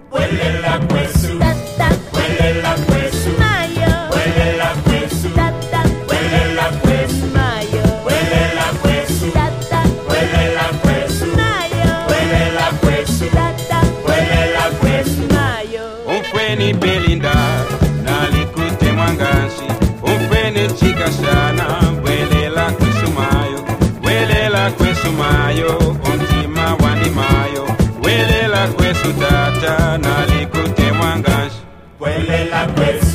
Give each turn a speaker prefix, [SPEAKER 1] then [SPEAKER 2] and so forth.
[SPEAKER 1] la huesu, huele la huesu, huele la huesu, huele la huesu, huele la huesu, huele la huesu, huele la huesu, huele la huesu.
[SPEAKER 2] umfweni belinda nalikute mwanganshi umfweni chikashana bwelela kwesumayo bwelela kwesumayo umtima wandimayo bwelela kwesu tata nalikute mwanganshi
[SPEAKER 1] Huele la huesu,
[SPEAKER 2] Ah,